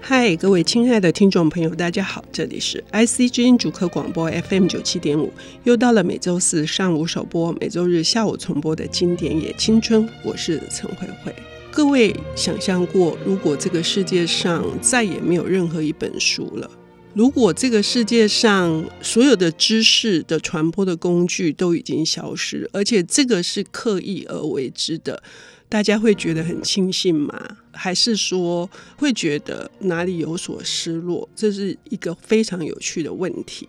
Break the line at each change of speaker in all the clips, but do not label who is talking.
嗨，各位亲爱的听众朋友，大家好，这里是 IC 之音主客广播 FM 九七点五，又到了每周四上午首播、每周日下午重播的经典也青春，我是陈慧慧。各位想象过，如果这个世界上再也没有任何一本书了？如果这个世界上所有的知识的传播的工具都已经消失，而且这个是刻意而为之的，大家会觉得很庆幸吗？还是说会觉得哪里有所失落？这是一个非常有趣的问题。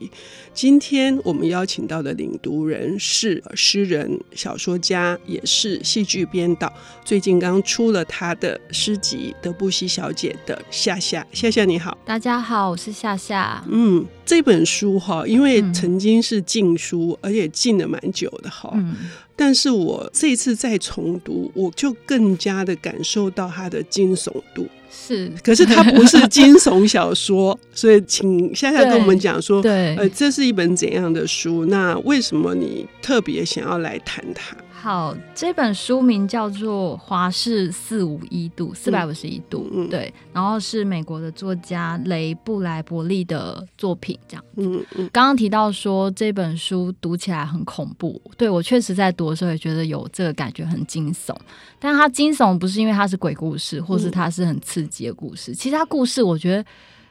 今天我们邀请到的领读人是呃诗人、小说家，也是戏剧编导，最近刚出了他的诗集《德布西小姐》的夏夏。夏夏你好。
大家好，我是夏夏。
嗯，这本书哈，因为
嗯
曾经是禁书，而且禁了蛮久的哈。
嗯，
但是我这一次再重读，我就更加的感受到它的惊悚度。
是，
可是它不是惊悚小 说，所以请夏夏
对
跟我们讲说，
对，
呃，这是一本怎样的书？那为什么你特别想要来谈它？
好，这本书名叫做《华氏四五一度》，四百五十一度，
嗯
对，然后是美国的作家雷布莱伯利的作品，这样。
嗯嗯
刚刚提到说这本书读起来很恐怖，对我确实在读的时候也觉得有这个感觉很惊悚，但它惊悚不是因为它是鬼故事，或是它是很刺激的故事，其实它故事我觉得。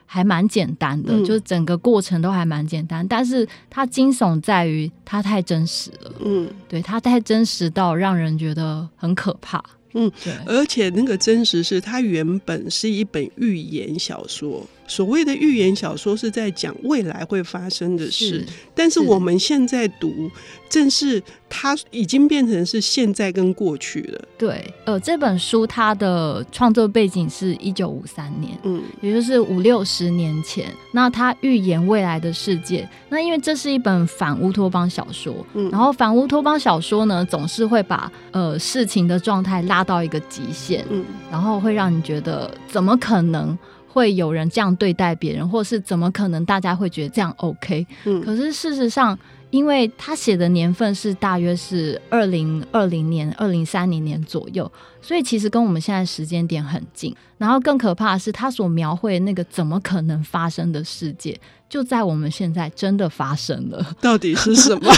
还蛮简单的，
嗯
就是整个过程都还蛮简单，但是它惊悚在于它太真实了，
嗯，
对，它太真实到让人觉得很可怕。
嗯，
对，
而且那个真实是，它原本是一本寓言小说。所谓的寓言小说是在讲未来会发生的事，但是
是
我们现在读，正是它已经变成是现在跟过去了。
对，呃，这本书它的创作背景是一九五三年，
嗯
也就是五六十年前。那他预言未来的世界。那因为这是一本反乌托邦小说，
嗯
然后反乌托邦小说呢，总是会把呃事情的状态拉到一个极限，
嗯
然后会让你觉得怎么可能会有人这样对待别人，或是怎么可能大家会觉得这样 OK？
嗯
可是事实上，因为他写的年份是大约是二零二零年、二零三零年左右，所以其实跟我们现在时间点很近。然后更可怕的是，他所描绘那个怎么可能发生的世界，就在我们现在真的发生了。
到底是什么？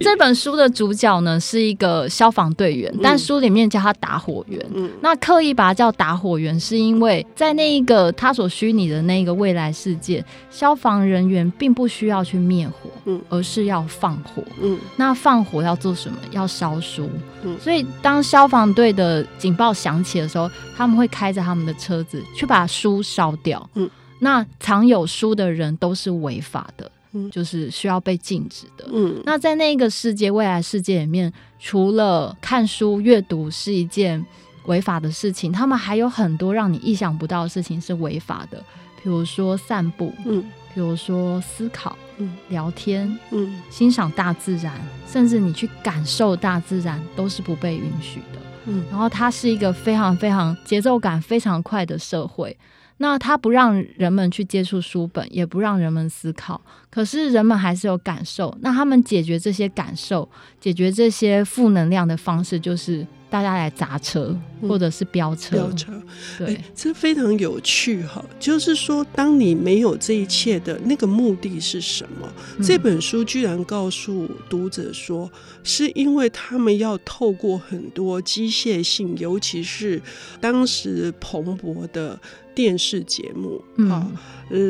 这本书的主角呢是一个消防队员，但书里面叫他打火员。
嗯
那刻意把它叫打火员，是因为在那一个他所虚拟的那一个未来世界，消防人员并不需要去灭火，
嗯
而是要放火。
嗯
那放火要做什么？要烧书。
嗯
所以当消防队的警报响起的时候，他们会开着他们的车子去把书烧掉。
嗯
那藏有书的人都是违法的，
嗯
就是需要被禁止的。
嗯
那在那个世界未来世界里面，除了看书阅读是一件违法的事情，他们还有很多让你意想不到的事情是违法的，比如说散步，
嗯
比如说思考、
嗯
聊天、
嗯
欣赏大自然，甚至你去感受大自然，都是不被允许的。
嗯
然后它是一个非常非常节奏感非常快的社会。那它不让人们去接触书本，也不让人们思考，可是人们还是有感受。那他们解决这些感受、解决这些负能量的方式，就是大家来砸车，
嗯
或者是飙车。
飙车，
对、
哎，这非常有趣哈。就是说，当你没有这一切的那个目的是什么？
嗯
这本书居然告诉读者说，是因为他们要透过很多机械性，尤其是当时蓬勃的电视节目，
嗯
啊，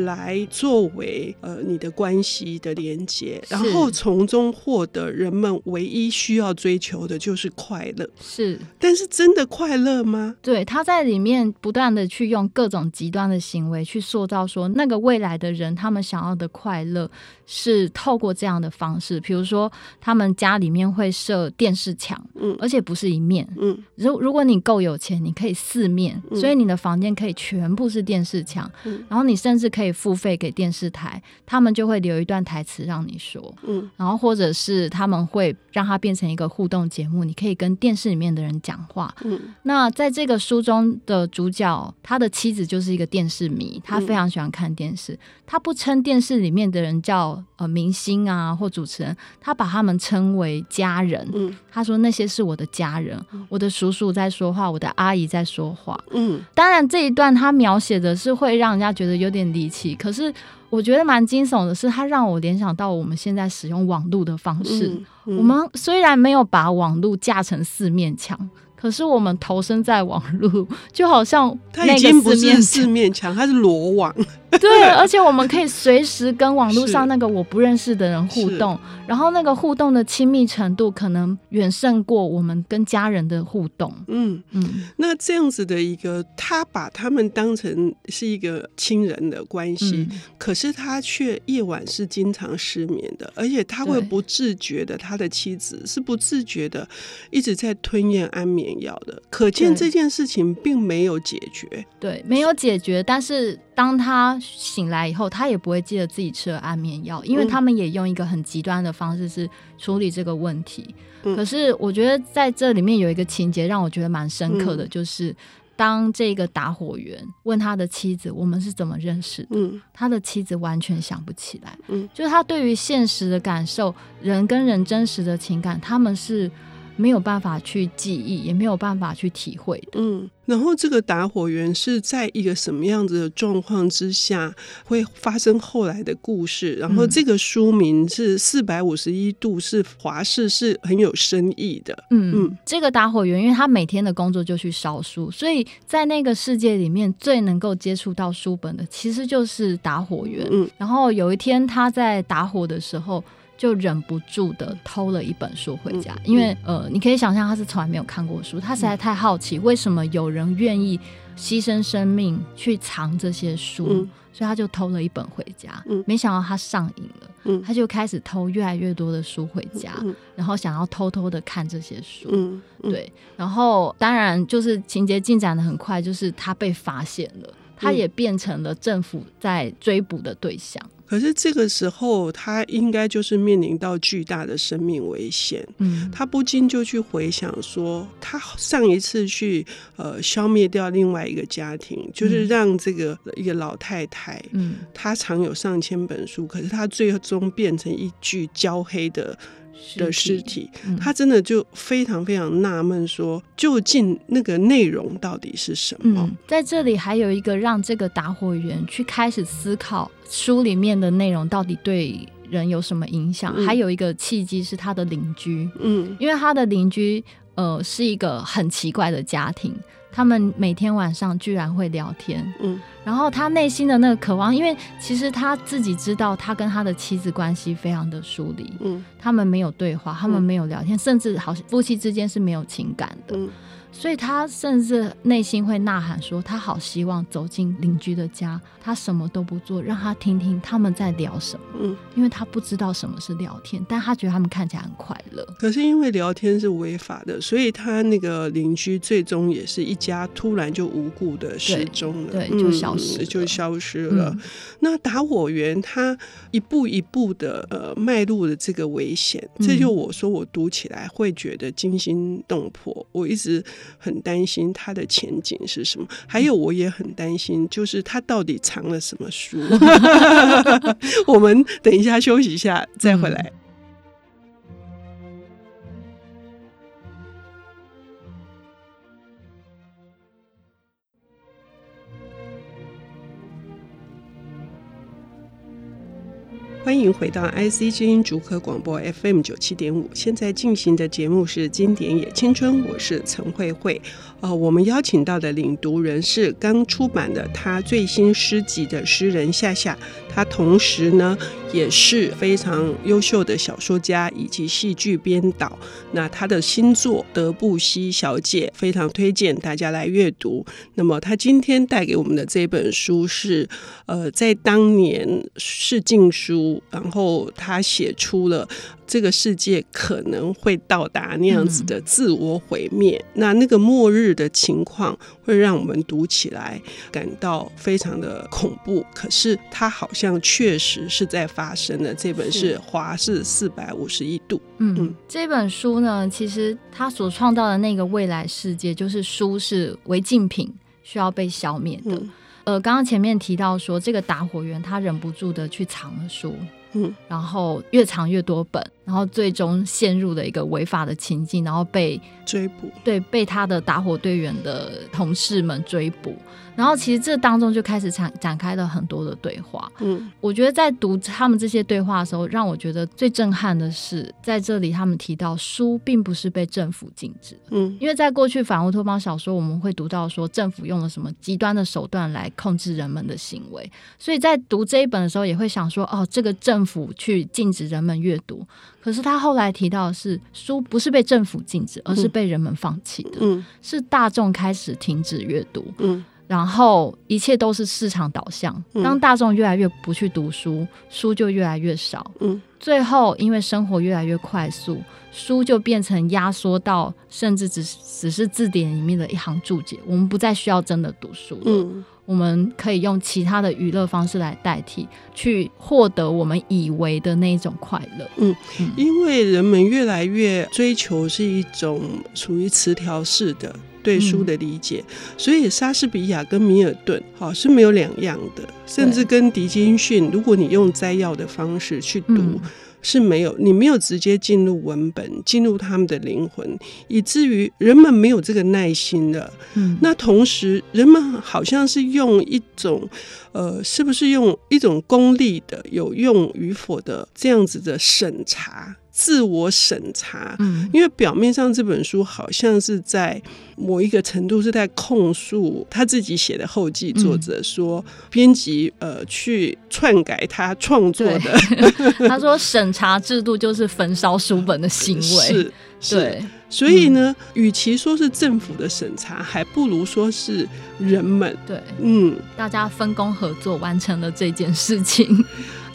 来作为呃你的关系的连接，
是
然后从中获得人们唯一需要追求的就是快乐。
是。
但是真的快乐吗？
对，他在里面不断的去用各种极端的行为去塑造说那个未来的人他们想要的快乐是透过这样的方式，比如说他们家里面会设电视墙，
嗯
而且不是一面。
嗯
如如果你够有钱，你可以四面，
嗯
所以你的房间可以全部是电视墙，
嗯
然后你甚至可以付费给电视台，他们就会留一段台词让你说。
嗯
然后或者是他们会让它变成一个互动节目，你可以跟电视里面的人讲话，
嗯
那在这个书中的主角，他的妻子就是一个电视迷，他非常喜欢看电视。他不称电视里面的人叫呃明星啊或主持人，他把他们称为家人。
嗯
他说那些是我的家人，我的叔叔在说话，我的阿姨在说话。
嗯，
当然这一段他描写的是会让人家觉得有点离奇，可是我觉得蛮惊悚的是，它让我联想到我们现在使用网络的方式。
嗯嗯
我们虽然没有把网络架成四面墙，可是我们投身在网络，就好像
它
那
已
个
经不
四面
是四
墙。
面墙，它是罗网。
对，而且我们可以随时跟网络上
是
那个我不认识的人互动，然后那个互动的亲密程度可能远胜过我们跟家人的互动。
嗯，
嗯，
那这样子的一个，他把他们当成是一个亲人的关系，
嗯
可是他却夜晚是经常失眠的，而且他会
对
不自觉的，他的妻子是不自觉的一直在吞咽安眠药的，可见
对
这件事情并没有解决。
对，没有解决，但是当他醒来以后，他也不会记得自己吃了安眠药，因为
嗯
他们也用一个很极端的方式是处理这个问题。
嗯
可是我觉得在这里面有一个情节让我觉得蛮深刻
嗯
的，就是当这个打火员问他的妻子我们是怎么认识的，
嗯
他的妻子完全想不起来。
嗯
就是他对于现实的感受，人跟人真实的情感，他们是没有办法去记忆，也没有办法去体会的。
嗯，然后这个打火员是在一个什么样子的状况之下会发生后来的故事？然后
嗯
这个书名是四百五十一度，是华氏，是很有深意的。嗯
嗯，这个打火员，因为他每天的工作就去烧书，所以在那个世界里面，最能够接触到书本的，其实就是打火员。
嗯
然后有一天，他在打火的时候，就忍不住的偷了一本书回家，
嗯
因为呃，你可以想象他是从来没有看过书，他实在太好奇，为什么有人愿意牺牲生命去藏这些书，
嗯
所以他就偷了一本回家。
嗯
没想到他上瘾了，
嗯
他就开始偷越来越多的书回家，
嗯
然后想要偷偷的看这些书。
嗯，嗯，
对，然后当然就是情节进展的很快，就是他被发现了，他
嗯
也变成了政府在追捕的对象。
可是这个时候他应该就是面临到巨大的生命危险。
嗯，
他不禁就去回想说，他上一次去呃消灭掉另外一个家庭，就是
嗯
让这个一个老太太，
嗯，
他藏有上千本书，可是他最终变成一具焦黑的的尸体，
嗯
他真的就非常非常纳闷，说究竟那个内容到底是什么？
嗯，在这里还有一个让这个打火员去开始思考书里面的内容到底对人有什么影响，
嗯
还有一个契机是他的邻居，
嗯
因为他的邻居呃是一个很奇怪的家庭，他们每天晚上居然会聊天，
嗯
然后他内心的那个渴望，因为其实他自己知道，他跟他的妻子关系非常的疏离，
嗯
他们没有对话，他们
嗯
没有聊天，甚至好像夫妻之间是没有情感的，
嗯
所以他甚至内心会呐喊说，他好希望走进邻居的家，他什么都不做，让他听听他们在聊什么，
嗯。
因为他不知道什么是聊天，但他觉得他们看起来很快乐。
可是因为聊天是违法的，所以他那个邻居最终也是一家突然就无故的失踪了，
对
嗯
就消失了
就消失了。
嗯
那打火员他一步一步的呃迈入了这个危险，
嗯
这就我说我读起来会觉得惊心动魄。我一直很担心他的前景是什么，还有我也很担心，就是他到底藏了什么书。 我们等一下休息一下再回来。欢迎回到 IC 之音主客广播 FM 九七点五，现在进行的节目是《经典也青春》，我是陈慧慧。呃，我们邀请到的领读人是刚出版的他最新诗集的诗人夏夏，他同时呢也是非常优秀的小说家以及戏剧编导。那他的新作《德布西小姐》非常推荐大家来阅读。那么他今天带给我们的这本书是呃，在当年是禁书，然后他写出了这个世界可能会到达那样子的自我毁灭。那那个末日的情况会让我们读起来感到非常的恐怖，可是它好像确实是在发生的。这本是
是
华氏四百五十一度，嗯
嗯，这本书呢，其实它所创造的那个未来世界，就是书是违禁品，需要被消灭的。
嗯
呃，刚刚前面提到说，这个打火员他忍不住的去藏了书，
嗯，
然后越藏越多本，然后最终陷入了一个违法的情境，然后被
追捕，
对被他的打火队员的同事们追捕，然后其实这当中就开始展展开了很多的对话。
嗯
我觉得在读他们这些对话的时候，让我觉得最震撼的是，在这里他们提到书并不是被政府禁止的，
嗯
因为在过去反乌托邦小说，我们会读到说政府用了什么极端的手段来控制人们的行为，所以在读这一本的时候，也会想说，哦，这个政府去禁止人们阅读，可是他后来提到的是书不是被政府禁止，而是被人们放弃的，
嗯
是大众开始停止阅读，
嗯
然后一切都是市场导向。
嗯
当大众越来越不去读书，书就越来越少。
嗯
最后，因为生活越来越快速，书就变成压缩到甚至只是只是字典里面的一行注解。我们不再需要真的读书了，
嗯
我们可以用其他的娱乐方式来代替，去获得我们以为的那一种快乐。
嗯
嗯
因为人们越来越追求是一种属于词条式的对书的理解，所以莎士比亚跟米尔顿好是没有两样的，甚至跟狄金逊，如果你用摘要的方式去读。
嗯
是没有，你没有直接进入文本，进入他们的灵魂，以至于人们没有这个耐心了。
嗯
那同时，人们好像是用一种，呃，是不是用一种功利的、有用与否的这样子的审查，自我审查。
嗯
因为表面上这本书好像是在某一个程度是在控诉他自己写的后记，作者说编辑呃去篡改他创作的
他说，审查制度就是焚烧书本的行为。
是是
对，
所以呢，
嗯
与其说是政府的审查，还不如说是人们
对，
嗯。
大家分工合作完成了这件事情。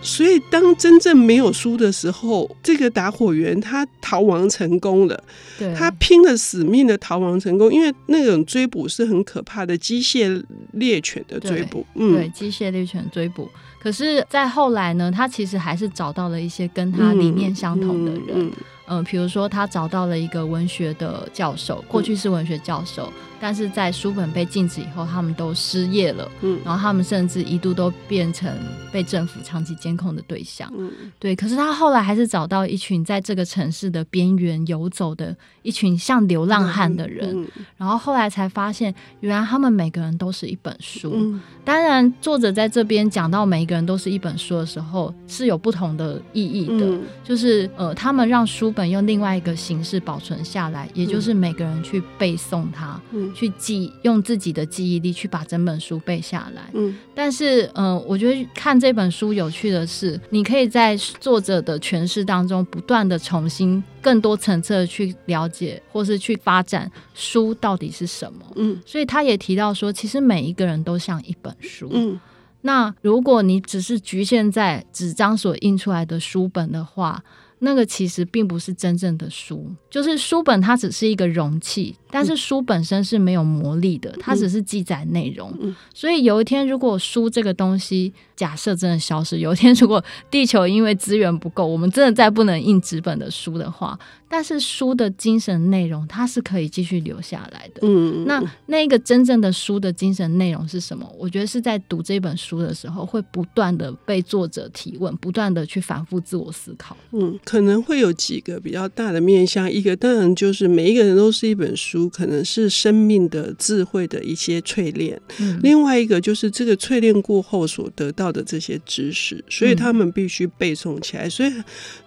所以，当真正没有书的时候，这个打火员他逃亡成功了，
对，
他拼了死命的逃亡成功，因为那种追捕是很可怕的机械猎犬的追捕，
对
嗯
机械猎犬追捕。可是，在后来呢，他其实还是找到了一些跟他理念相同的人，嗯
嗯，
比如说他找到了一个文学的教授，过去是文学教授，但是在书本被禁止以后，他们都失业了，
嗯
然后他们甚至一度都变成被政府长期监控的对象。
嗯嗯
对，可是他后来还是找到一群在这个城市的边缘游走的一群像流浪汉的人，
嗯
然后后来才发现，原来他们每个人都是一本书。
嗯
当然，作者在这边讲到每一个人都是一本书的时候，是有不同的意义的。
嗯
就是呃，他们让书本用另外一个形式保存下来，也就是每个人去背诵它，
嗯
去记，用自己的记忆力去把整本书背下来。
嗯
但是，嗯、我觉得看这本书有趣的是，你可以在作者的诠释当中不断的重新、更多层次的去了解，或是去发展书到底是什么。
嗯
所以他也提到说，其实每一个人都像一本书。
嗯
那如果你只是局限在纸张所印出来的书本的话，那个其实并不是真正的书，就是书本它只是一个容器，但是书本身是没有魔力的，它只是记载内容。
嗯
所以有一天，如果书这个东西假设真的消失，有一天如果地球因为资源不够，我们真的再不能印纸本的书的话，但是书的精神内容它是可以继续留下来的。
嗯，
那那个真正的书的精神内容是什么？我觉得是在读这本书的时候，会不断的被作者提问，不断的去反复自我思考。
嗯，可能会有几个比较大的面向。一个当然就是每一个人都是一本书，可能是生命的智慧的一些淬炼；
嗯
另外一个就是这个淬炼过后所得到的这些知识，所以
嗯
他们必须背诵起来。所以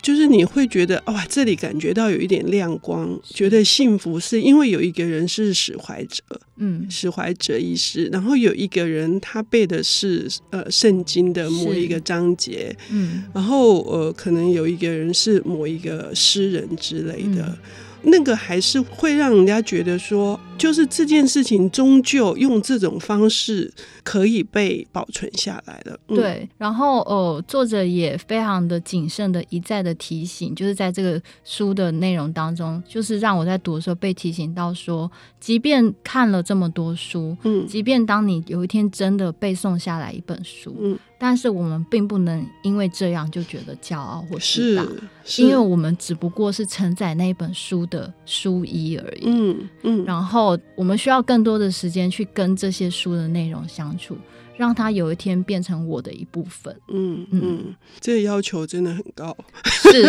就是你会觉得哇，这里感觉到有一点亮光，觉得幸福，是因为有一个人是使怀者，
嗯，
使怀者医师，然后有一个人他背的是呃圣经的某
是
一个章节，
嗯
然后呃，可能有一个人是某一个诗人之类的，
嗯
那个还是会让人家觉得说，就是这件事情终究用这种方式可以被保存下来了。嗯，
对，然后呃，作者也非常的谨慎的一再的提醒，就是在这个书的内容当中，就是让我在读的时候被提醒到说，即便看了这么多书，
嗯
即便当你有一天真的背诵下来一本书，
嗯
但是我们并不能因为这样就觉得骄傲或自
是
大，，
是
因为我们只不过是承载那一本书的书衣而已。
嗯嗯，
然后我们需要更多的时间去跟这些书的内容相处，让它有一天变成我的一部 分。
嗯
嗯
嗯，这个要求真的很高。
是，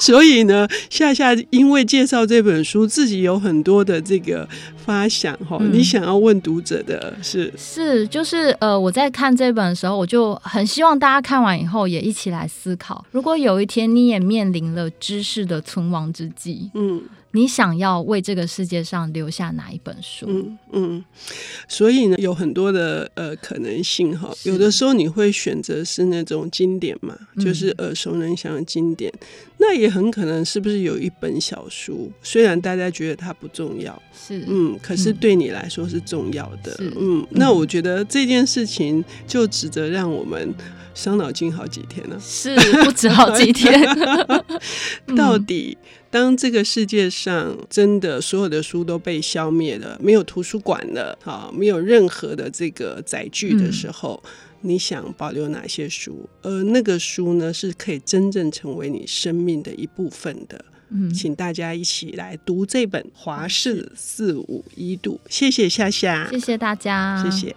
所以呢，夏夏因为介绍这本书，自己有很多的这个发想哈、
嗯
你想要问读者的是，
是，就是呃，我在看这本的时候，我就很希望大家看完以后也一起来思考：如果有一天你也面临了知识的存亡之际，
嗯
你想要为这个世界上留下哪一本书？
嗯嗯，所以呢，有很多的呃可能性哈。
是
有的时候你会选择是那种经典嘛，
嗯
就是耳熟能详的经典，那也很可能是不是有一本小书，虽然大家觉得它不重要，
是，
嗯，可是
嗯
对你来说是重要的
是。
嗯，那
嗯
我觉得这件事情就值得让我们伤脑筋好几天了、啊
是不止好几天。嗯
到底当这个世界上真的所有的书都被消灭了，没有图书馆了，啊，没有任何的这个载具的时
嗯
候。你想保留哪些书？而那个书呢，是可以真正成为你生命的一部分的。
嗯，
请大家一起来读这本《华氏四五一度》，谢谢夏夏，
谢啊谢大家，
谢谢。